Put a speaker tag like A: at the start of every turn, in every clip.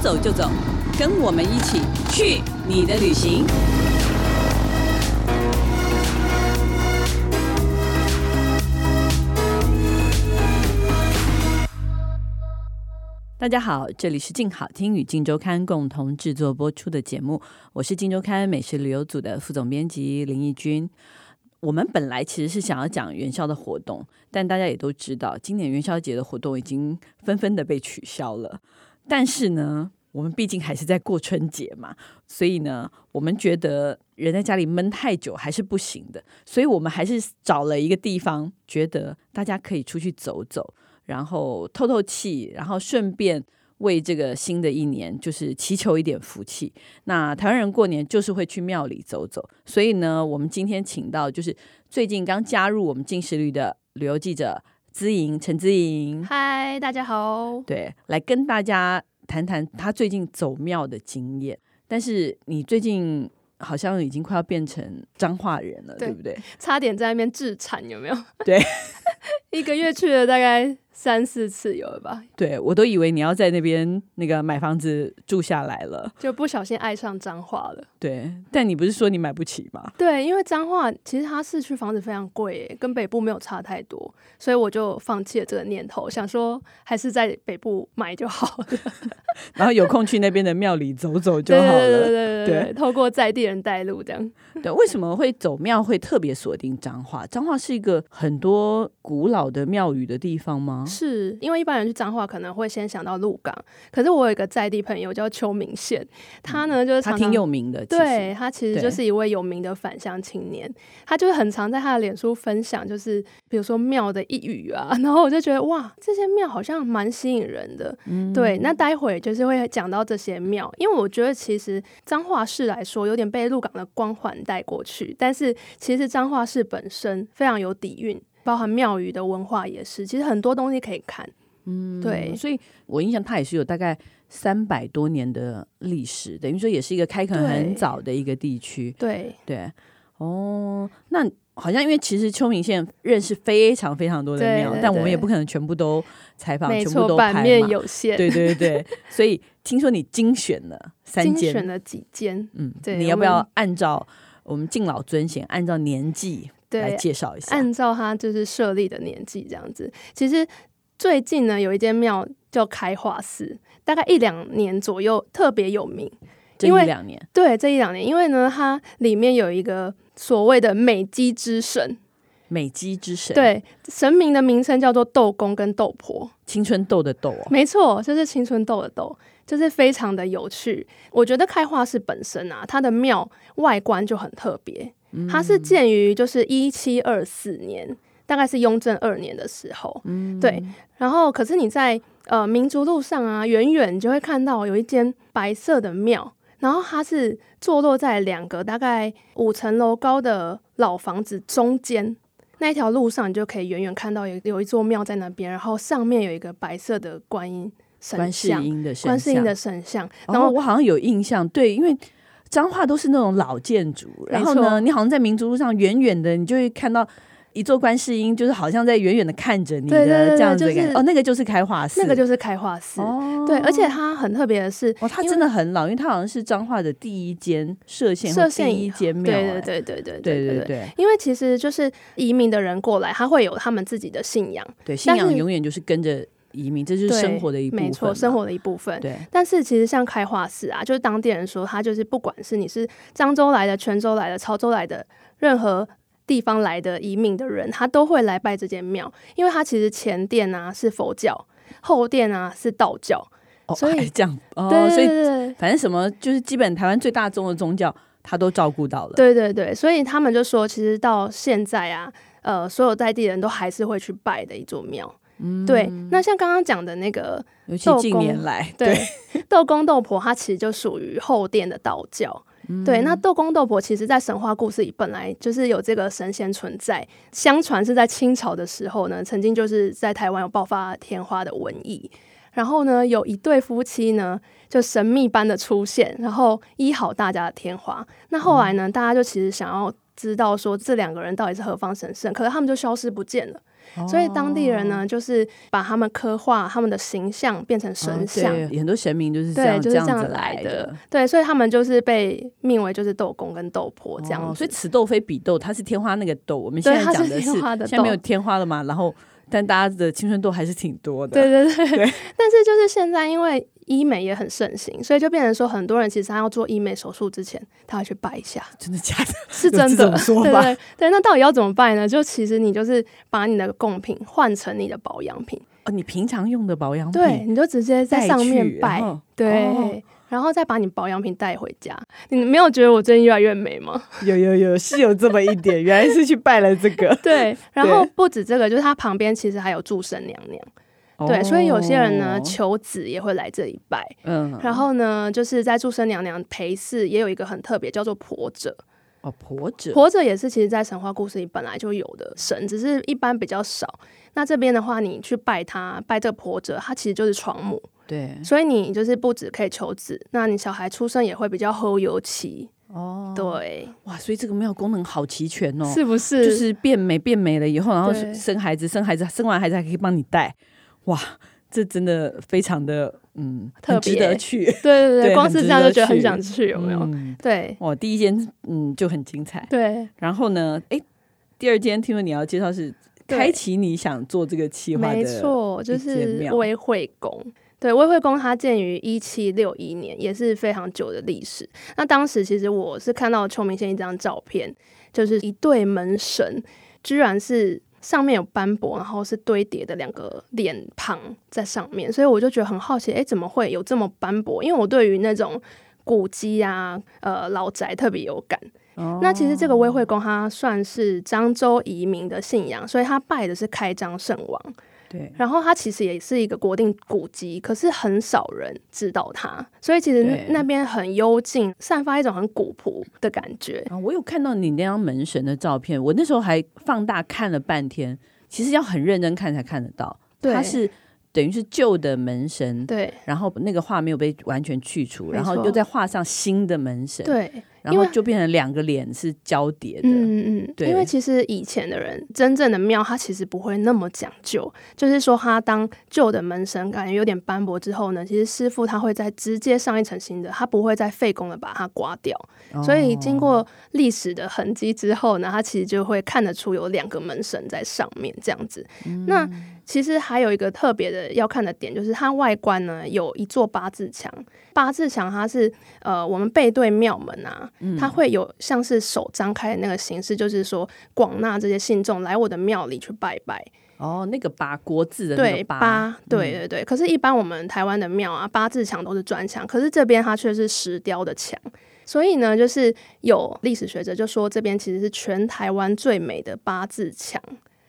A: 走就走，跟我们一起去你的旅行。大家好，这里是静好听与静周刊共同制作播出的节目，我是静周刊美食旅游组的副总编辑林义君。我们本来其实是想要讲元宵的活动，但大家也都知道，今年元宵节的活动已经纷纷的被取消了。但是呢，我们毕竟还是在过春节嘛，所以呢，我们觉得人在家里闷太久还是不行的，所以我们还是找了一个地方，觉得大家可以出去走走，然后透透气，然后顺便。为这个新的一年，就是祈求一点福气。那台湾人过年就是会去庙里走走，所以呢，我们今天请到就是最近刚加入我们进食旅的旅游记者资莹陈资莹，
B: 嗨，大家好。
A: 对，来跟大家谈谈他最近走庙的经验。但是你最近好像已经快要变成彰化人了，对
B: 对
A: 不对？
B: 差点在那边自产，有没有？
A: 对，
B: 一个月去了大概三四次有了吧，
A: 对我都以为你要在那边那个买房子住下来了，
B: 就不小心爱上彰化了。
A: 对。但你不是说你买不起吗？
B: 对，因为彰化其实它市区房子非常贵耶，跟北部没有差太多，所以我就放弃了这个念头，想说还是在北部买就好 了。
A: 然后有空去那边的庙里走走就
B: 对
A: 好了。
B: 对对对对
A: 对嗯
B: 对，透过在地人带路这样。
A: 对，为什么会走庙会特别锁定彰化？彰化是一个很多古老的庙宇的地方吗？
B: 是因为一般人去彰化可能会先想到鹿港，可是我有一个在地朋友叫邱明宪，他呢就是常
A: 它
B: 常
A: 挺有名的，其实
B: 对他其实
A: 对
B: 就是一位有名的返乡青年，他就是很常在他的脸书分享，就是比如说庙的一语啊， 然后我就觉得哇，这些庙好像蛮吸引人的。
A: 嗯
B: 对，那待会就是会讲到这些庙，因为我觉得其实彰化市来说有点被鹿港的光环带过去，但是其实彰化市本身非常有底蕴，包含庙宇的文化也是，其实很多东西可以看。嗯，对
A: 嗯，所以我印象它也是有大概三百多年的历史，等于说也是一个开垦很
B: 对
A: 早的一个地区。
B: 对，
A: 对，哦，那好像因为其实秋明县认识非常非常多的
B: 对
A: 庙，
B: 对
A: 但我们
B: 对
A: 也不可能全部都采访，
B: 没
A: 全部都
B: 错，
A: 拍
B: 版面
A: 嘛。
B: 有限，
A: 对对对，所以听说你精选了三
B: 精
A: 间，
B: 选了几间。
A: 嗯，
B: 对
A: 你要
B: 我
A: 不要
B: 们
A: 按照我们敬老尊贤，按照年纪来
B: 对，
A: 介绍一下？
B: 按照他就是设立的年纪这样子。其实最近呢，有一间庙叫开化寺，大概一两年左右特别有名。
A: 这
B: 因
A: 一
B: 为
A: 两年，
B: 对，这一两年，因为呢，它里面有一个所谓的美姬之神，
A: 美姬之神，，
B: 对，神明的名称叫做斗公跟斗婆。
A: 青春痘的痘哦，
B: 没错，就是青春痘的痘，就是非常的有趣。我觉得开化寺本身啊，它的庙外观就很特别，它是建于就是一七二四年，大概是雍正二年的时候，对。然后，可是你在呃民族路上啊，远远你就会看到有一间白色的庙。然后它是坐落在两个大概五层楼高的老房子中间，那一条路上，你就可以远远看到有有一座庙在那边，然后上面有一个白色的观音神
A: 观世
B: 像，哦
A: 音的神像，
B: 观世音的神像，
A: 然
B: 然
A: 后
B: 后
A: 我好像有印象，对，因为彰化都是那种老建筑，然后呢，
B: 错
A: 你好像在民族路上远远的，你就会看到一座观世音，就是好像在远远的看着你
B: 对对对
A: 的
B: 对
A: 这样子的感
B: 就
A: 觉。
B: 是
A: 哦，那个就是开化寺，
B: 那个就是开化寺。
A: 哦，
B: 对，而且它很特别的是，
A: 哦，它
B: 因为
A: 真的很老，因为它好像是彰化的第一间涉县
B: 涉
A: 或
B: 县
A: 第一间庙，
B: 对
A: 哎
B: 对对对对
A: 对
B: 对
A: 对对
B: 因为其实就是移民的人过来，他会有他们自己的信仰，
A: 对，信
B: 但
A: 仰
B: 是
A: 永远就是跟着移民，这就是
B: 对
A: 生活的一部分嘛，
B: 没错，生活的一部分。
A: 对，
B: 但是其实像开化寺啊，就是当地人说，他就是不管是你是漳州来的、泉州来的、潮州来的，任何地方来的移民的人，他都会来拜这间庙，因为他其实前殿啊是佛教，后殿啊是道教，
A: 哦，
B: 所以
A: 还这样哦，
B: 对
A: 所
B: 对
A: 以
B: 对对
A: 反正什么就是基本台湾最大宗的宗教，他都照顾到了。
B: 对对对，所以他们就说，其实到现在啊，呃，所有在地人都还是会去拜的一座庙。
A: 嗯
B: 对，那像刚刚讲的那个
A: 尤其
B: 斗
A: 近年
B: 公
A: 来，
B: 对，斗公斗婆它其实就属于后殿的道教。对，那斗公斗婆其实，在神话故事里本来就是有这个神仙存在。相传是在清朝的时候呢，曾经就是在台湾有爆发天花的瘟疫，然后呢，有一对夫妻呢就神秘般的出现，然后医好大家的天花。那后来呢，大家就其实想要知道说这两个人到底是何方神圣，可是他们就消失不见了。所以当地人呢，就是把他们刻画他们的形象变成神像，
A: 哦对很多神明就是这
B: 哦对，
A: 样
B: 就是这
A: 这
B: 样
A: 子
B: 来
A: 的。。
B: 对，所以他们就是被命为就是斗公跟斗婆这样子。
A: 哦所以此豆非彼豆，它是天花那个豆。我们现
B: 对
A: 在
B: 它
A: 讲
B: 是
A: 的
B: 天花的
A: 现在没有
B: 豆
A: 天花了嘛？然后，但大家的青春痘还是挺多的。
B: 对对 对， 但是就是现在，因为医美也很盛行，所以就变成说，很多人其实他要做医美手术之前，他会去拜一下，
A: 真的假的？
B: 是
A: 有
B: 真
A: 这
B: 的
A: 种。说
B: 对
A: 法
B: 对对，那到底要怎么拜呢？就其实你就是把你的贡品换成你的保养品，
A: 哦，你平常用的保养品
B: 对，你就直接在
A: 带
B: 上面
A: 去
B: 拜
A: 然，后
B: 对。
A: 哦
B: 然后再把你保养品带回家，你没有觉得我最近越来越美吗？
A: 有有有是有这么一点，原来是去拜了这 个。
B: 对，然
A: 对
B: 后不止这个，就是它旁边其实还有祝生娘娘，对，所以有些人呢
A: 哦
B: 求子也会来这里拜，
A: 嗯，
B: 然后呢，就是在祝生娘娘陪侍也有一个很特别，叫做婆者。
A: 哦，婆者
B: 婆者也是其实在神话故事里本来就有的神，只是一般比较少。那这边的话，你去拜她，拜这个婆者，她其实就是床母，
A: 对
B: 所以你就是不止可以求子，那你小孩出生也会比较后油期。
A: 哦，
B: 对，
A: 哇，所以这个庙功能好齐全哦，
B: 是不是？
A: 就是变美变美了以后，然后
B: 对
A: 生孩子，生孩子，生完孩子还可以帮你带，哇，这真的非常的嗯，
B: 特
A: 很值
B: 别
A: 得去。
B: 对对
A: 对
B: 对，光
A: 很
B: 是
A: 值
B: 这样
A: 得
B: 就觉得很
A: 去
B: 想去，有没有？
A: 嗯
B: 对
A: 哇，第一间嗯就很精彩，
B: 对，
A: 然后呢，诶，第二间听说你要介绍是
B: 对
A: 开启你想做这个企划的，
B: 没错，就
A: 一间
B: 是
A: 庙
B: 威惠宫。对，威惠宫它建于一七六一年，也是非常久的历史。那当时其实我是看到邱明宪一张照片，就是一对门神，居然是上面有斑驳，然后是堆叠的两个脸庞在上面，所以我就觉得很好奇，诶，怎么会有这么斑驳？因为我对于那种古迹啊、呃老宅特别有感。
A: 哦
B: 那其实这个威惠宫它算是漳州移民的信仰，所以他拜的是开漳圣王。
A: 对，
B: 然后它其实也是一个国定古迹，可是很少人知道它，所以其实
A: 对
B: 那那边很幽静，散发一种很古朴的感觉。
A: 啊，我有看到你那张门神的照片，我那时候还放大看了半天，其实要很认真看才看得到，
B: 对
A: 它是等于是旧的门神，
B: 对
A: 然后那个画没有被完全去除，
B: 没错
A: 然后又再画上新的门神，
B: 对，
A: 然后就变成两个脸是交叠的，
B: 嗯嗯嗯，
A: 对
B: 因为其实以前的人真正的庙，它其实不会那么讲究，就是说它当旧的门神感觉有点斑驳之后呢，其实师傅他会再直接上一层新的，他不会再费工的把它刮掉。
A: 哦
B: 所以经过历史的痕迹之后呢，它其实就会看得出有两个门神在上面这样子。那其实还有一个特别的要看的点，就是它外观呢有一座八字墙，八字墙它是呃我们背对庙门啊，它会有像是手张开的那个形式，就是说广纳这些信众来我的庙里去拜拜。
A: 哦那个八国字的那
B: 对
A: 个嗯
B: 八，对对对。可是，一般我们台湾的庙啊，八字墙都是砖墙，可是这边它却是石雕的墙。所以呢，就是有历史学者就说，这边其实是全台湾最美的八字墙。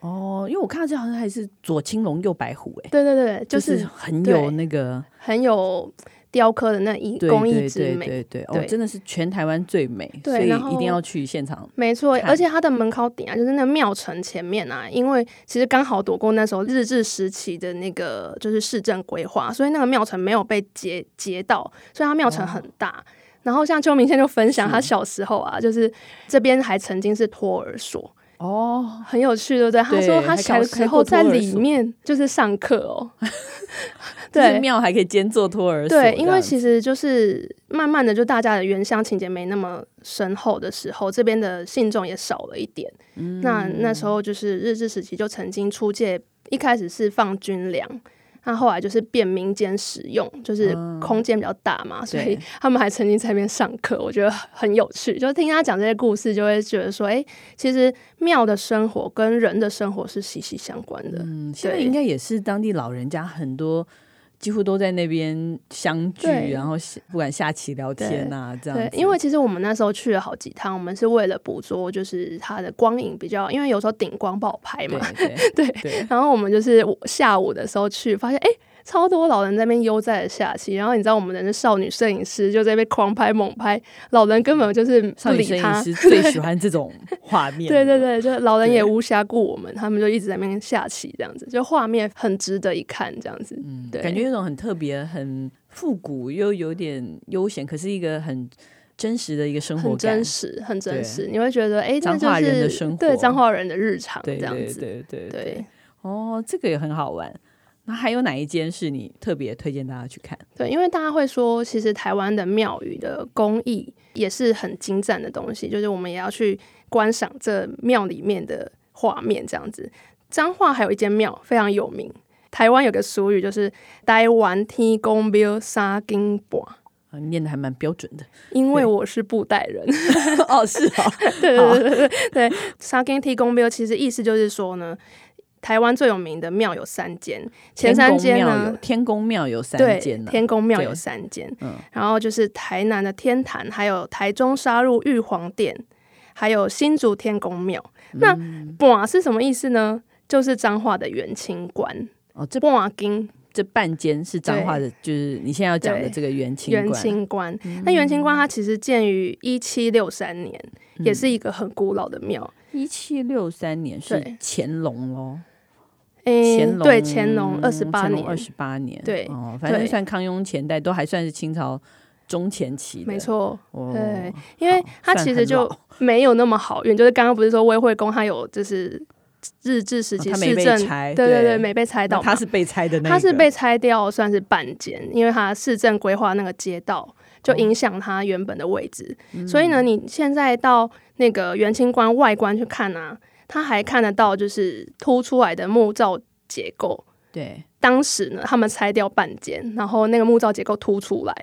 A: 哦，因为我看到这好像还是左青龙右白虎、哎，
B: 对对对，
A: 就
B: 就
A: 是
B: 是
A: 很
B: 对
A: 有那个
B: 很有雕刻的那一
A: 对
B: 工艺
A: 对
B: 之
A: 对
B: 美。
A: 对对，哦，
B: 对
A: 真的是全台湾最美，
B: 对
A: 所以
B: 然后
A: 一定要去现场。
B: 没错，
A: 看
B: 而且它的门口顶啊，就是那庙城前面啊，因为其实刚好躲过那时候日治时期的那个就是市政规划，所以那个庙城没有被截截到，所以它庙城很大。然后像邱明宪就分享，
A: 哦是
B: 他小时候啊，就是这边还曾经是托儿所，
A: 哦，
B: 很有趣，对不对？他说他
A: 还开
B: 小时候在里面就是上课 哦，
A: 就是
B: 对。
A: 庙还可以兼做托儿所这
B: 对
A: 样，子，
B: 因为其实就是慢慢的，就大家的原乡情节没那么深厚的时候，这边的信众也少了一点。那那时候就是日治时期，就曾经出借，一开始是放军粮，那后来就是变民间使用，就是
A: 嗯
B: 空间比较大嘛，所以他们还曾经在那边上课，我觉得很有趣。就听他讲这些故事，就会觉得说，哎、其实庙的生活跟人的生活是息息相关的。
A: 嗯，现在
B: 对
A: 应该也是当地老人家很多。几乎都在那边相聚，
B: 对
A: 然后下不管下棋聊天啊，这样
B: 对
A: 子。，
B: 因为其实我们那时候去了好几趟，我们是为了捕捉就是它的光影比较，因为有时候顶光不好拍嘛，
A: 对
B: 对，
A: 对对，
B: 然后我们就是下午的时候去，发现哎、诶超多老人在那边悠哉的下棋。然后你知道我们的那少女摄影师就在那边狂拍猛拍，老人根本就是不
A: 嗯少女
B: 理
A: 摄影
B: 他。
A: 师最喜欢这种画面。
B: 对对，对，就老人
A: 对
B: 也无暇顾我们，他们就一直在那边下棋，这样子，就画面很值得一看，这样子。嗯，对，
A: 感觉有种很特别、很复古又有点悠闲，可是一个很真实的一个生活
B: 很
A: 感，
B: 真实，很真
A: 对
B: 实，你会觉得哎，这
A: 彰
B: 就
A: 化人的
B: 是
A: 生活
B: 对彰化人的日常
A: 对
B: 这样
A: 对
B: 子，
A: 对对
B: 对。
A: 哦，这个也很好玩。那还有哪一间是你特别推荐大家去看？
B: 对，因为大家会说，其实台湾的庙宇的工艺也是很精湛的东西，就是我们也要去观赏这庙里面的画面这样子。彰化还有一间庙非常有名，台湾有个俗语就是“台湾天公庙三更半
A: 啊，你念的还蛮标准 的。”，
B: 因为
A: 对
B: 我是布 袋人，
A: 哦，是哦，
B: 对对对对对，对沙根提公庙其实意思就是说呢，台湾最有名的庙有三间，前三间
A: 天宫庙有，
B: 呢
A: 天宫庙有三
B: 对
A: 间呢、
B: 天宫庙有
A: 对
B: 三间
A: 嗯，
B: 然后就是台南的天坛，还有台中沙鹿玉皇殿，还有新竹天宫庙。
A: 嗯
B: 那“半”是什么意思呢？就是彰化的元清观，
A: 哦，这
B: 半金
A: 这半间是彰化的，就是你现在要讲的
B: 对
A: 这个元清嗯
B: 元
A: 观。
B: 清观。那元清观它其实建于一七六三年，
A: 嗯
B: 也是一个很古老的庙。
A: 一七六三年是
B: 对
A: 乾隆哦，
B: 诶
A: 乾隆嗯
B: 对乾隆二十八
A: 乾
B: 年
A: 隆，二十八年，
B: 对
A: 哦，反正
B: 对
A: 算康雍前代都还算是清朝中前期的，
B: 没错。
A: 哦，
B: 对，因为
A: 好
B: 它
A: 算
B: 其实
A: 很
B: 就
A: 老
B: 没有那么好运，就是刚刚不是说魏惠公他有就是日治时期
A: 哦他没
B: 市
A: 被
B: 政，
A: 拆
B: 对
A: 对
B: 对对，没被拆
A: 那
B: 到嘛，
A: 他是被拆的那一个，
B: 他是被拆掉算是半间，因为他市政规划那个街道
A: 哦
B: 就影响他原本的位置，
A: 嗯
B: 所以呢，你现在到那个元清观外观去看啊，他还看得到就是凸出来的木造结构，
A: 对，
B: 当时呢，他们拆掉半间，然后那个木造结构凸出来。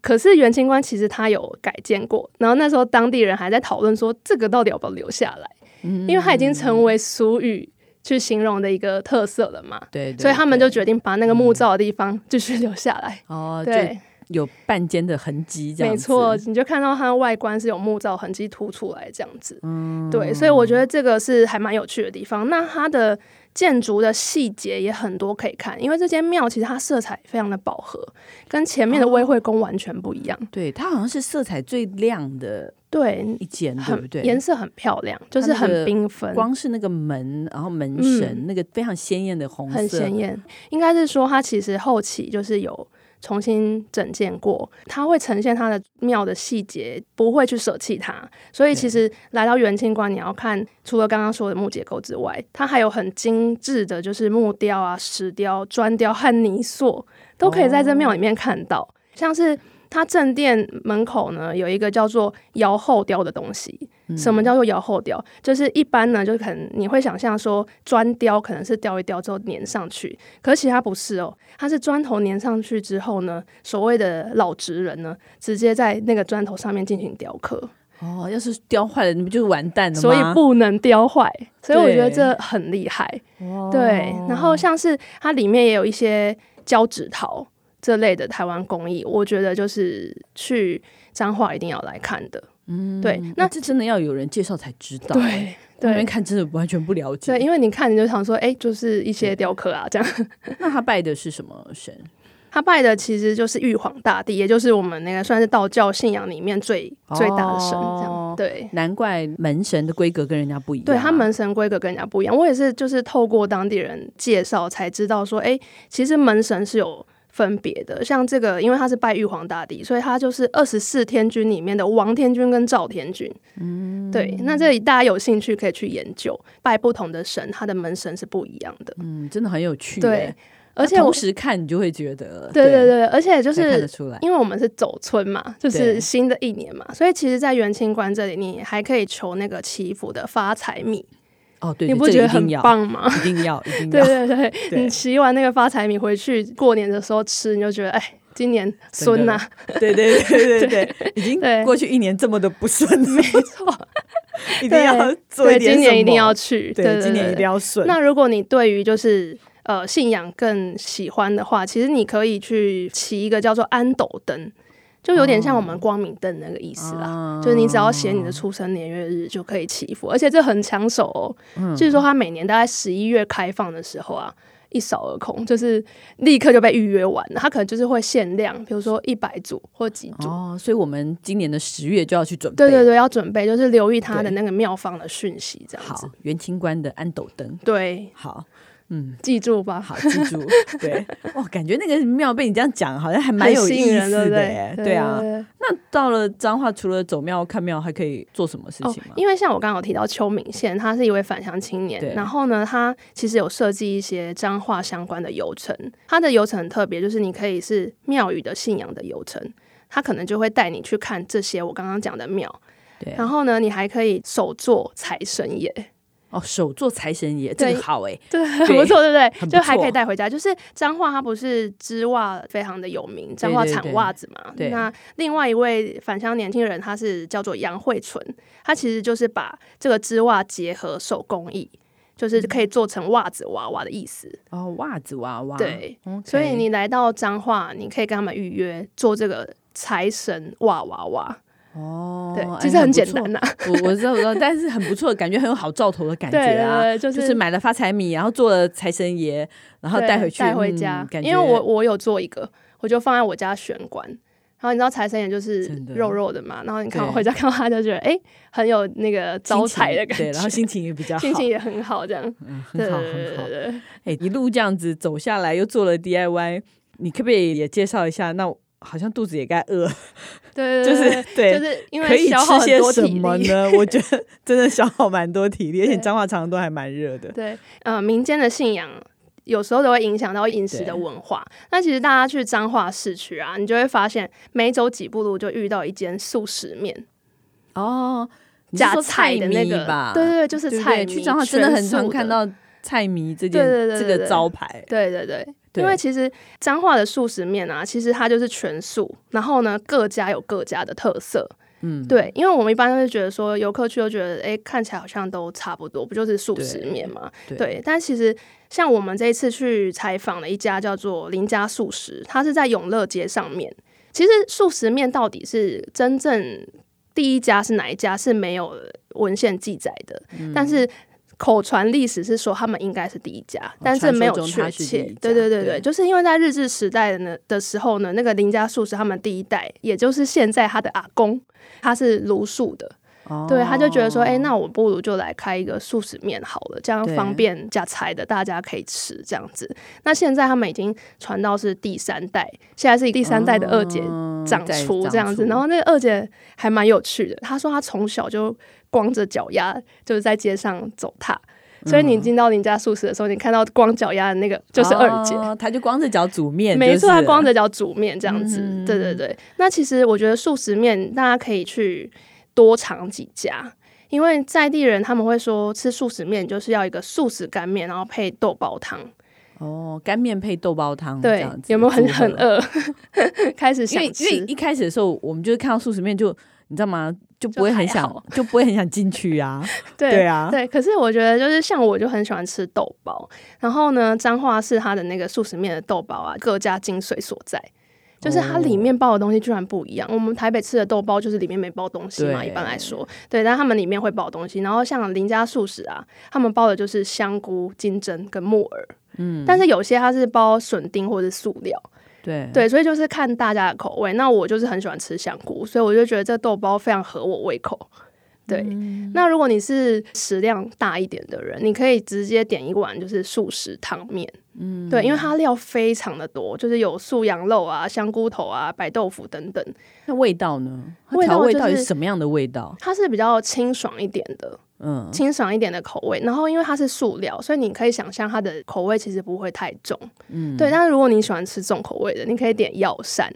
B: 可是元清观其实它有改建过，然后那时候当地人还在讨论说这个到底要不要留下来，
A: 嗯
B: 因为它已经成为俗语去形容的一个特色了嘛，
A: 对，对
B: 所以他们
A: 对
B: 就决定把那个木造的地方继续留下来。
A: 哦，就
B: 对，
A: 有半间的痕迹，这样
B: 没
A: 子
B: 错，你就看到它外观是有木造痕迹凸出来这样子。
A: 嗯
B: 对，所以我觉得这个是还蛮有趣的地方。那它的建筑的细节也很多可以看，因为这间庙其实它色彩非常的饱和，跟前
A: 哦
B: 面的威惠宫完全不一样。
A: 对，它好像是色彩最亮的
B: 对，
A: 一间，对不
B: 很
A: 嗯对？
B: 颜色很漂亮，就是
A: 它那
B: 很
A: 个
B: 缤纷。
A: 光是那个门，然后门神、那个非常鲜艳的红色，
B: 嗯很显眼。应该是说，它其实后期就是有重新整建过，它会呈现它的庙的细节，不会去舍弃它。所以其实来到元清观，你要看除了刚刚说的木结构之外，它还有很精致的，就是木雕啊、石雕、砖雕和泥塑，都可以在这庙里面看到，像是。它正殿门口呢有一个叫做摇后雕的东西，什么叫做摇后雕？就是一般呢，就是可能你会想象说砖雕可能是雕一雕之后粘上去，可是其实它不是哦，它是砖头粘上去之后呢，所谓的老职人呢，直接在那个砖头上面进行雕刻，
A: 哦，要是雕坏了，你不就完蛋了吗？
B: 所以不能雕坏，所以我觉得
A: 对
B: 这很厉害。
A: 哦
B: 对，然后像是它里面也有一些胶纸陶这类的台湾工艺，我觉得就是去彰化一定要来看的。嗯，对，那
A: 那这真的要有人介绍才知道，我
B: 对
A: 那边
B: 哎对。
A: 看真的完全不了解。
B: 对，因为你看，你就想说，哎、就是一些雕刻啊，这样。
A: 那他拜的是什么神？
B: 他拜的其实就是玉皇大帝，也就是我们那个算是道教信仰里面最、最大的神，这
A: 哦
B: 样。对，
A: 难怪门神的规格跟人家不一样、
B: 对他。门神规格跟人家不一样。我也是就是透过当地人介绍才知道说，哎、其实门神是有分别的。像这个，因为他是拜玉皇大帝，所以他就是二十四天君里面的王天君跟赵天君。嗯，对。那这里大家有兴趣可以去研究，拜不同的神，他的门神是不一样的。
A: 嗯，真的很有趣、
B: 对
A: 欸
B: 而且
A: 那
B: 我
A: 同，时看你就会觉得，
B: 对对，对，而且就
A: 才看
B: 是
A: 得出来。
B: 因为我们是走村嘛，就
A: 对
B: 是新的一年嘛，所以其实，在元清观这里，你还可以求那个祈福的发财米，
A: 哦，对，
B: 你
A: 对
B: 不
A: 这
B: 觉
A: 个
B: 得
A: 一定
B: 很
A: 要？
B: 棒吗？
A: 一定要，一定
B: 对
A: 要。
B: 对对，
A: 对
B: 你祈完那个发财米回去，过年的时候吃，你就觉得哎，今年孙呐、
A: 对对对对对，已经
B: 对
A: 过去一年这么的不顺利，
B: 没错，
A: 一定要做
B: 对，
A: 一点
B: 今年一
A: 什
B: 定
A: 么
B: 要去，对
A: 对，今年一定
B: 要。
A: 要顺。
B: 那如果你对于就是呃信仰更喜欢的话，其实你可以去骑一个叫做安斗灯，就有点像我
A: 哦
B: 们光明灯那个意思啦。
A: 啊
B: 就是你只要写你的出生年月日就可以祈福，而且这很抢手哦。
A: 嗯
B: 据说它每年大概十一月开放的时候啊，一扫而空，就是立刻就被预约完了。它可能就是会限量，比如说一百组或几组。
A: 哦，所以我们今年的十月就要去准备。
B: 对对对，要准备，就是留意它的
A: 对
B: 那个妙方的讯息，这样子
A: 好。，元清观的安斗灯。
B: 对，
A: 好，嗯，
B: 记住吧。
A: 好，记 住。对， 哇，感觉那个庙被你这样讲，好像还蛮有
B: 很吸
A: 意
B: 引人，对
A: 思
B: 不
A: 的
B: 对
A: 耶。？对啊，
B: 对
A: 那到了彰化，除了走庙看庙，还可以做什么事
B: 哦
A: 情吗？，
B: 因为像我刚刚有提到邱敏宪，他是一位返乡青
A: 对
B: 年，然后呢，他其实有设计一些彰化相关的游程，他的游程很特别，就是你可以是庙宇的信仰的游程，他可能就会带你去看这些我刚刚讲的庙，
A: 对，啊
B: 然后呢，你还可以手做财神爷，
A: 哦，手做财神爷，这个
B: 对
A: 好哎，
B: 对，很不错，对不
A: 很不
B: 对？
A: 错
B: 就还可以带回家。就是彰化，它不是织袜非常的有名，彰化产袜子嘛。
A: 对对对
B: 那另外一位返乡年轻人，他是叫做杨惠纯，他其实就是把这个织袜结合手工艺，就是
A: 嗯
B: 可以做成袜子娃娃的意思。
A: 哦，袜子娃娃，哦
B: 对
A: OK，
B: 所以你来到彰化，你可以跟他们预约做这个财神袜娃娃。
A: 哦，
B: 对，
A: 哎
B: 其实很简。
A: 不
B: 单啊呐、
A: 错我我知道，我知道，但是很不错，感觉很有好兆头的感觉
B: 对对
A: 啊。
B: 对，就
A: 就是是买了发财米，然后做了财神爷，然后
B: 对
A: 带回去，
B: 带回
A: 嗯
B: 家。
A: 感觉
B: 因为我我有做一个，我就放在我家玄关。然后你知道财神爷就是
A: 真的
B: 肉肉的嘛，然后你看我
A: 对
B: 回家看到他就觉得哎、诶很有那个
A: 心
B: 招
A: 情
B: 财的感觉，
A: 对，然后心情也比较好，
B: 心情也很好，这样
A: 嗯，很
B: 对
A: 好
B: 对对
A: 很好
B: 对。对。
A: 哎，一路这样子走下来，又做了 DIY，你可不可以也介绍一下？那我好像肚子也该饿，
B: 对对
A: 就
B: 对
A: 是对，
B: 对就是因
A: 可
B: 为
A: 以
B: 消耗
A: 吃
B: 很
A: 些
B: 多
A: 什
B: 体
A: 么
B: 力。
A: 呢？ 我觉得真的消耗蛮多体力，而且
B: 对
A: 彰化常常都还蛮热的。
B: 对，呃，民间的信仰有时候都会影响到饮食
A: 对
B: 的文化。那其实大家去彰化市区啊，你就会发现每走几步路就遇到一间素食面，
A: 哦，你是
B: 加
A: 说
B: 菜的那
A: 迷
B: 个
A: 吧，
B: 对对对，就是
A: 对不
B: 菜
A: 对
B: 迷
A: 去彰化真的很
B: 全
A: 常
B: 素
A: 看
B: 的
A: 到菜迷这件
B: 对对对
A: 这
B: 对
A: 个
B: 对
A: 招牌。
B: 对对对，
A: 对
B: 因为其实彰化的素食面啊，其实它就是全素，然后呢，各家有各家的特色。
A: 嗯，
B: 对，因为我们一般都会觉得说，游客去都觉得，哎，看起来好像都差不多，不就是素食面吗？
A: 对
B: 但其实像我们这一次去采访了一家叫做林家素食，它是在永乐街上面。其实素食面到底是真正第一家是哪一家是没有文献记载的，
A: 嗯
B: 但是口传历史是说他们应该是第一家，但是
A: 哦传说
B: 没有
A: 中
B: 确
A: 他是
B: 切
A: 第一家。
B: 对对对
A: 对
B: 对，就是因为在日治时代的呢的时候呢，那个林家素是他们第一代，也就是现在他的阿公，他是茹素的，
A: 哦
B: 对，他就觉得说，哎、那我不如就来开一个素食面好了，这样
A: 对
B: 方便加菜的大家可以吃这样子。那现在他们已经传到是第三代，现在是第三代的二姐
A: 嗯
B: 长
A: 在
B: 出这样子。
A: 长
B: 然后那个二姐还蛮有趣的，她说她从小就光着脚丫就是在街上走踏，所以
A: 嗯
B: 你进到邻家素食的时候，你看到光脚丫的那个就是二姐。
A: 哦她就光着脚煮面，
B: 没
A: 就
B: 错，
A: 是
B: 她光着脚煮面这样子，
A: 嗯
B: 对对对。那其实我觉得素食面大家可以去多尝几家，因为在地人他们会说吃素食面就是要一个素食干面，然后配豆包汤。
A: 哦，干面配豆包汤，这
B: 对
A: 样，子
B: 有没有很
A: 组合
B: 很？饿？ 开始
A: 因
B: 想
A: 为因为
B: 吃
A: 一开始的时候，我们就是看到素食面就，你知道吗？就不会很想
B: 就还好，
A: 就不会很想进去 啊。
B: 对
A: 对啊，
B: 对，可是我觉得就是像我就很喜欢吃豆包，然后呢，彰化市它的那个素食面的豆包啊，各家精髓所在，就是它里
A: 哦
B: 面包的东西居然不一样。我们台北吃的豆包就是里面没包东西嘛，
A: 对
B: 一般来说，对，但他们里面会包东西。然后像林家素食啊，他们包的就是香菇、金针跟木耳，嗯，但是有些它是包笋丁或者是塑料，
A: 对
B: 对，所以就是看大家的口味。那我就是很喜欢吃香菇，所以我就觉得这豆包非常合我胃口。对，那如果你是食量大一点的人，你可以直接点一碗就是素食汤面。嗯，对，因为它料非常的多，就是有素羊肉啊、香菇头啊、白豆腐等等，
A: 那味道呢？它
B: 味
A: 调
B: 道
A: 味
B: 就
A: 到底
B: 是
A: 是什么样的味道？
B: 它是比较清爽一点的，
A: 嗯，
B: 清爽一点的口味。然后因为它是素料，所以你可以想象它的口味其实不会太重。嗯，对。但是如果你喜欢吃重口味的，你可以点药膳。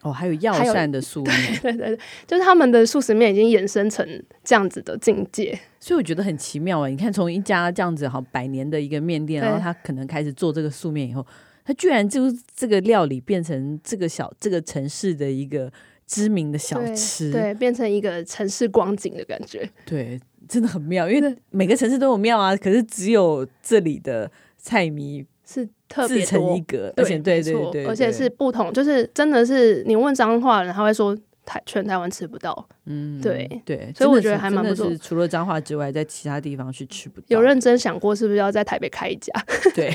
A: 哦，还有药
B: 还有
A: 膳的素面，
B: 对对对，就是他们的素食面已经衍生成这样子的境界。
A: 所以我觉得很奇妙啊。你看，从一家这样子好百年的一个面店，
B: 对
A: 然后他可能开始做这个素面以后，他居然就这个料理变成这个小这个城市的一个知名的小
B: 对
A: 吃，
B: 对，变成一个城市光景的感觉。
A: 对，真的很妙，因为每个城市都有庙啊，可是只有这里的菜迷
B: 是特
A: 自
B: 别
A: 成一
B: 多，
A: 格，而
B: 对
A: 且对
B: 没
A: 对
B: 错
A: 对，对
B: 而且是不同，就是真的是你问彰化人，他会说台全台湾吃不到，
A: 嗯
B: 对
A: 对，
B: 所以我
A: 真的是
B: 觉得还蛮不错
A: 真的是除了彰化之外，在其他地方是吃不到。
B: 有认真想过是不是要在台北开一家？
A: 对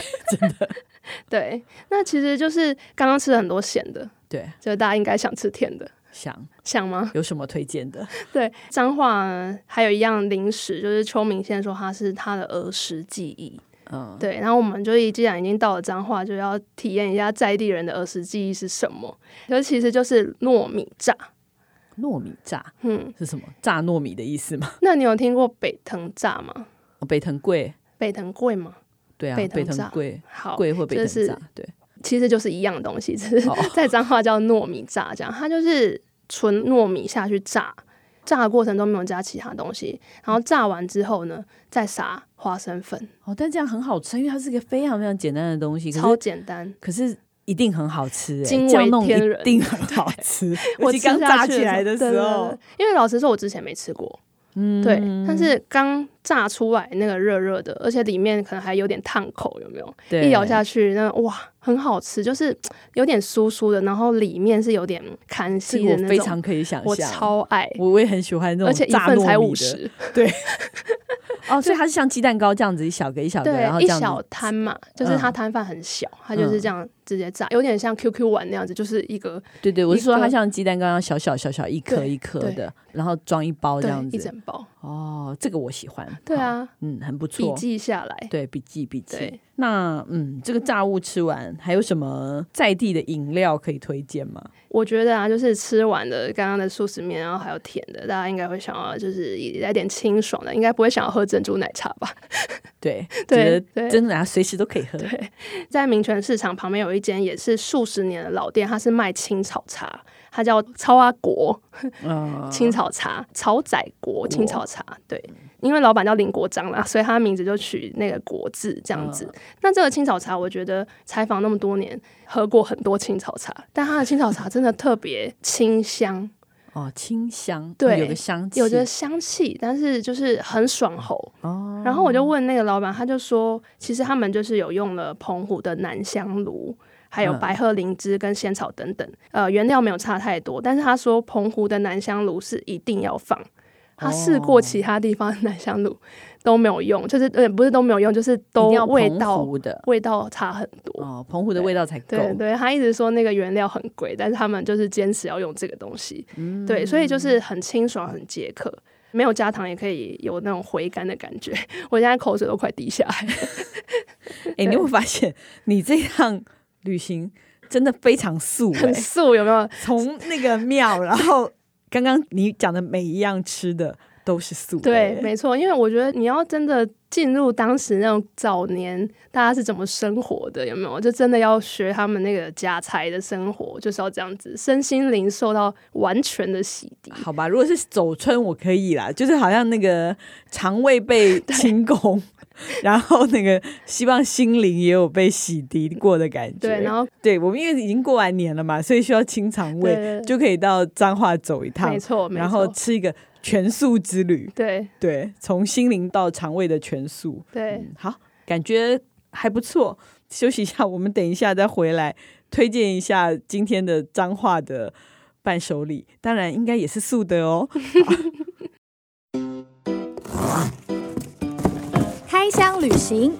B: 对，那其实就是刚刚吃了很多咸的，
A: 对
B: 就大家应该想吃甜的，
A: 想
B: 想吗？
A: 有什么推荐的？
B: 对，彰化呢还有一样零食，就是邱明宪说它是他的儿时记忆。
A: 嗯，
B: 对，然后我们就已既然已经到了彰化，就要体验一下在地人的儿时记忆是什么。就其实就是糯米炸，
A: 糯米炸
B: 嗯，
A: 是什么？炸糯米的意思吗？
B: 那你有听过北藤炸吗？
A: 哦北藤贵，
B: 北藤贵吗？
A: 对啊，
B: 北藤
A: 北藤
B: 炸
A: 贵，
B: 好，
A: 贵或北
B: 这
A: 藤
B: 是
A: 炸，对，
B: 其实就是一样东西，只是
A: 哦
B: 在彰化叫糯米炸这样，它就是纯糯米下去炸，炸的过程中没有加其他东西，然后炸完之后呢，再撒花生粉，
A: 哦，但这样很好吃，因为它是一个非常非常简单的东西，可
B: 超
A: 是
B: 简单。
A: 可是一定很好吃、欸，
B: 惊
A: 这样
B: 为
A: 弄
B: 天
A: 一
B: 人
A: 定很好吃。
B: 我
A: 尤其
B: 吃
A: 刚
B: 下
A: 炸
B: 去
A: 起来的
B: 的
A: 时
B: 对对
A: 候
B: 对，因为老实说，我之前没吃过，
A: 嗯，
B: 对，但是刚炸出来那个热热的，而且里面可能还有点烫口，有没有？
A: 对
B: 一咬下去，那哇，很好吃，就是有点酥酥的，然后里面是有点堪
A: 这
B: 西
A: 个
B: 的
A: 我
B: 那
A: 非
B: 种，
A: 常可以想
B: 我
A: 象，
B: 超爱。
A: 我我也很喜欢这
B: 而
A: 种
B: 且一
A: 炸糯
B: 份
A: 米
B: 才五
A: 的
B: 十，
A: 哦，所以它是像鸡蛋糕这样子一小个一小个，然后这
B: 对，一
A: 样
B: 小
A: 子嗯
B: 摊嘛，就是它摊贩很小，它就是这样直接炸，有点像 QQ 碗那样子，就是一个
A: 对对，我
B: 一
A: 是说它
B: 个
A: 像鸡蛋糕一样小小小小一颗
B: 对
A: 一颗
B: 对
A: 的，然后装一包这
B: 对
A: 样
B: 一
A: 子。
B: 整包，
A: 哦，这个我喜欢。
B: 对
A: 好，
B: 啊，
A: 嗯，很不
B: 笔
A: 错。
B: 记下来，
A: 对，笔记笔记
B: 对。
A: 那嗯，这个炸物吃完，还有什么在地的饮料可以推荐吗？
B: 我觉得啊，就是吃完的刚刚的素食面，然后还有甜的，大家应该会想要就是来点清爽的，应该不会想要喝珍珠奶茶吧？
A: 对，
B: 对
A: 觉得
B: 对
A: 真的啊，随时都可以喝。
B: 对，在民权市场旁边有一间也是数十年的老店，它是卖青草茶，它叫超阿国。
A: 嗯，
B: 青草茶，草仔国青
A: 哇
B: 草茶，对，因为老板叫林国章啦，所以他名字就取那个国字这样
A: 嗯
B: 子。那这个青草茶，我觉得采访那么多年，喝过很多青草茶，但它的青草茶真的特别清香，
A: 哦，清香，
B: 对
A: 有个香气，
B: 有着香气，但是就是很爽喉。
A: 哦，
B: 然后我就问那个老板，他就说，其实他们就是有用了澎湖的南香炉。还有
A: 嗯
B: 白鹤灵芝跟仙草等等，呃，原料没有差太多，但是他说澎湖的南香炉是一定要放，他试过其
A: 哦
B: 他地方的南香炉 都没有用，就是呃不是都没有用，就是
A: 一
B: 都
A: 定要
B: 味
A: 澎
B: 道
A: 湖的
B: 味道差很多。
A: 哦，澎湖的味道才够。
B: 对对，他一直说那个原料很贵，但是他们就是坚持要用这个东西，对，所以就是很清爽、很解渴，没有加糖也可以有那种回甘的感觉。 我现在口水都快滴下来了，
A: 哎，你有没有发现你这趟旅行真的非常素哎
B: 很素，有没有？
A: 从那个庙，然后刚刚你讲的每一样吃的都是素的，
B: 对，
A: 欸
B: 没错，因为我觉得你要真的进入当时那种早年大家是怎么生活的，有没有？就真的要学他们那个家财的生活，就是要这样子，身心灵受到完全的洗涤。
A: 好吧，如果是走春我可以啦，就是好像那个肠胃 被清空，然后那个希望心灵也有被洗涤过的感觉。
B: 对，然后
A: 对我们因为已经过完年了嘛，所以需要清肠胃，
B: 对对对
A: 就可以到彰化走一趟
B: 没，错，没
A: 然后
B: 错，
A: 吃一个全素之旅。
B: 对
A: 对，从心灵到肠胃的全素。
B: 嗯对，啊
A: 嗯，好，感觉还不错。休息一下，我们等一下再回来推荐一下今天的彰化的伴手礼，当然应该也是素的哦。
C: 开箱旅行，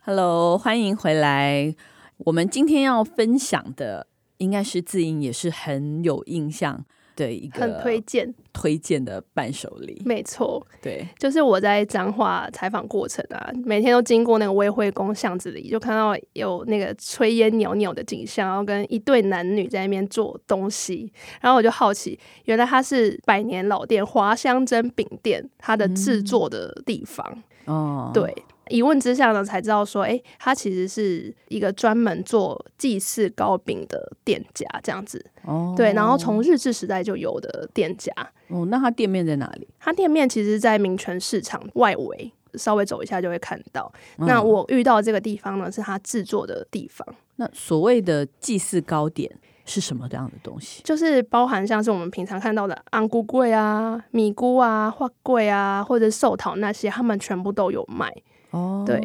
A: Hello，欢迎回来。我们今天要分享的应该是自营也是很有印象的一个
B: 很推荐，
A: 推荐的伴手礼。
B: 没错。
A: 对，
B: 就是我在彰化采访过程啊，每天都经过那个威惠宫巷子里，就看到有那个炊烟袅袅的景象，然后跟一对男女在那边做东西，然后我就好奇，原来它是百年老店华香蒸饼店它的制作的地方。
A: 嗯哦，
B: 对，一问之下呢，才知道说，哎、它其实是一个专门做祭祀糕饼的店家，这样子。
A: 哦，
B: 对，然后从日治时代就有的店家，
A: 哦，那它店面在哪里？
B: 它店面其实，在民权市场外围，稍微走一下就会看到。
A: 嗯
B: 那我遇到这个地方呢，是它制作的地方，
A: 那所谓的祭祀糕点是什么样的东西？
B: 就是包含像是我们平常看到的安菇柜啊、米菇啊、花柜啊，或者寿桃那些，他们全部都有卖。
A: 哦，
B: 对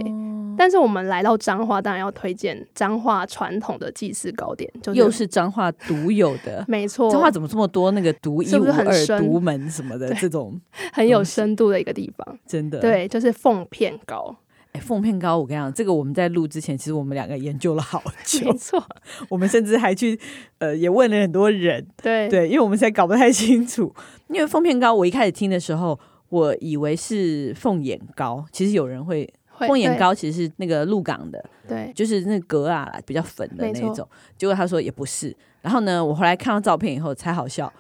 B: 但是我们来到彰化，当然要推荐彰化传统的祭祀糕点，就是。
A: 又是彰化独有的
B: 没错，
A: 彰化怎么这么多那个独一
B: 是
A: 无
B: 不是很
A: 二、
B: 深
A: 独门什么的
B: 对
A: 这种，
B: 很有
A: 东西
B: 深度的一个地方。
A: 真的。
B: 对，就是凤片 糕，
A: 哎，凤片糕，我跟你讲，这个我们在录之前，其实我们两个研究了好
B: 没
A: 久，
B: 错，
A: 我们甚至还去呃也问了很多人，
B: 对
A: 对，因为我们实在搞不太清楚。因为凤片糕，我一开始听的时候，我以为是凤眼糕，其实有人会
B: 会
A: 凤眼糕其实是那个鹿港的，
B: 对
A: 就是那个格啊啦比较粉的那
B: 没错
A: 种。结果他说也不是，然后呢，我后来看到照片以后才好笑，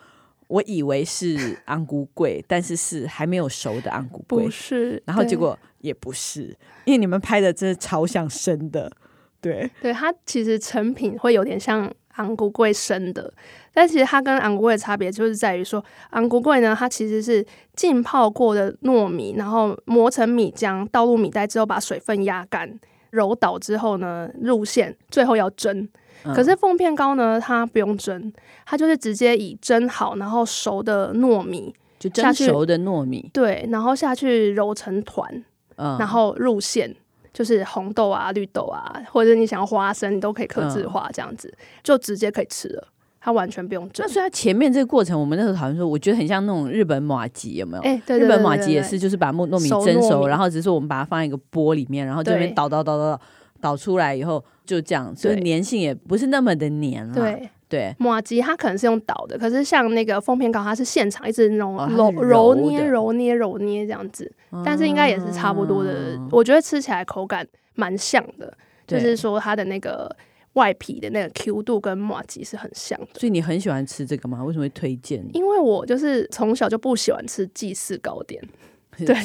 A: 我以为是安菇桂，但是是还没有熟的安菇桂
B: 不，是，
A: 然后
B: 对
A: 结果也不是，因为你们拍的真的超像生的，对，
B: 对它其实成品会有点像昂古贵生的，但其实它跟昂古贵的差别就是在于说，昂古贵呢，它其实是浸泡过的糯米，然后磨成米浆，倒入米袋之后把水分压干，揉倒之后呢入馅，最后要蒸。
A: 嗯
B: 可是凤片糕呢，它不用蒸，它就是直接以蒸好然后熟的糯米，
A: 就
B: 下
A: 蒸
B: 去
A: 熟的糯米，
B: 对，然后下去揉成团，
A: 嗯，
B: 然后入馅，就是红豆啊、绿豆啊，或者是你想要花生，你都可以克制化这样子，就直接可以吃了，它完全不用蒸
A: 嗯那。虽然前面这个过程，我们那时候讨论说，我觉得很像那种日本马吉，有没有？
B: 哎、对
A: 日
B: 对对
A: 本
B: 对
A: 马
B: 对
A: 吉也
B: 对
A: 是，就是把糯糯米
B: 熟
A: 蒸
B: 糯
A: 熟，
B: 米
A: 然后只是我们把它放在一个锅里面，然后这边
B: 对
A: 倒倒倒倒倒倒出来以后，就这样，所以
B: 对
A: 粘性也不是那么的粘了。
B: 对。
A: 对，
B: 马吉它可能是用倒的，可是像那个凤片糕，它是现场一直那种
A: 哦它是
B: 揉
A: 揉
B: 揉
A: 的
B: 捏、揉捏、揉捏这样子，但是应该也是差不多的
A: 嗯。
B: 我觉得吃起来口感蛮像的，
A: 对
B: 就是说它的那个外皮的那个 Q 度跟马吉是很像的。
A: 所以你很喜欢吃这个吗？为什么会推荐？
B: 因为我就是从小就不喜欢吃祭祀糕点， 对，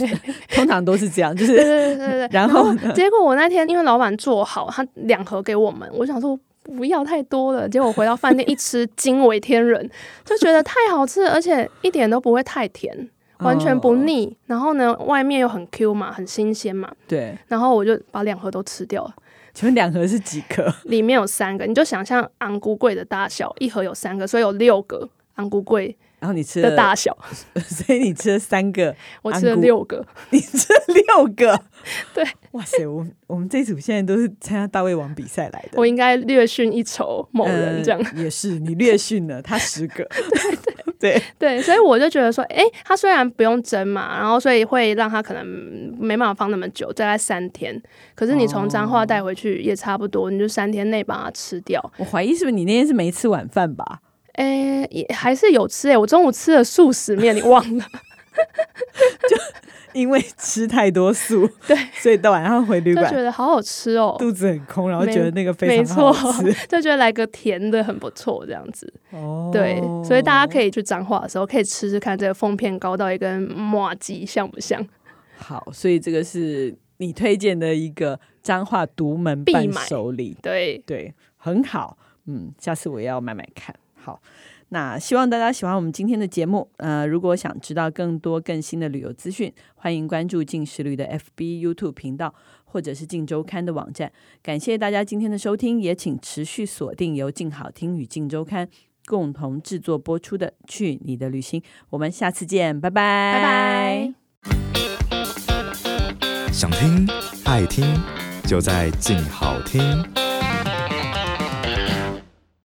A: 通常都是这样，就
B: 对
A: 是
B: 对对对对。
A: 然后
B: 结果我那天因为老板做好，他两盒给我们，我想说不要太多了。结果回到饭店一吃，惊为天人，就觉得太好吃了，而且一点都不会太甜，完全不
A: 哦。
B: 腻。然后呢，外面又很 Q 嘛，很新鲜嘛。
A: 对，
B: 然后我就把两盒都吃掉了，
A: 请问两盒是几颗？
B: 里面有三个，你就想象昂菇桂的大小，一盒有三个，所以有六个昂菇桂
A: 然后你吃
B: 的
A: 了，
B: 大小，
A: 所以你吃了三个，
B: 我吃了
A: 安菇
B: 六个。
A: 你吃了六个。
B: 对，
A: 哇塞，我们我们这组现在都是参加大胃王比赛来的。
B: 我应该略逊一筹某人这样。
A: 呃、也是你略逊了他十 个，对
B: 对，所以我就觉得说，诶，它虽然不用蒸嘛，然后所以会让它可能没办法放那么久，大概三天。可是你从彰化
A: 哦
B: 带回去也差不多，你就三天内把它吃掉。
A: 我怀疑是不是你那天是没吃晚饭吧？
B: 诶，也还是有吃诶，我中午吃了素食面，你忘了？
A: 因为吃太多素，
B: 对，
A: 所以到晚上回旅
B: 就
A: 馆
B: 觉得好好吃哦，
A: 肚子很空，然后
B: 没
A: 觉得那个非
B: 没
A: 常
B: 错
A: 好吃。，
B: 就觉得来个甜的很不错，这样子。
A: 哦
B: 对，所以大家可
A: 以
B: 以去彰化的时候，可以吃吃看这个凤片糕到底跟麻吉像不像。
A: 好，所以这个是你推荐的一个彰化独门
B: 必
A: 伴
B: 买
A: 手礼，
B: 对，
A: 对，很好，嗯，下次我也要买买看。好，那希望大家喜欢我们今天的节目。呃，如果想知道更多更新的旅游资讯，欢迎关注进食旅的 FB、YouTube 频道，或者是静周刊的网站。感谢大家今天的收听，也请持续锁定由静好听与静周刊共同制作播出的《去你的旅行》，我们下次见，拜拜，
B: 拜拜。
D: 想听爱听，就在静好听。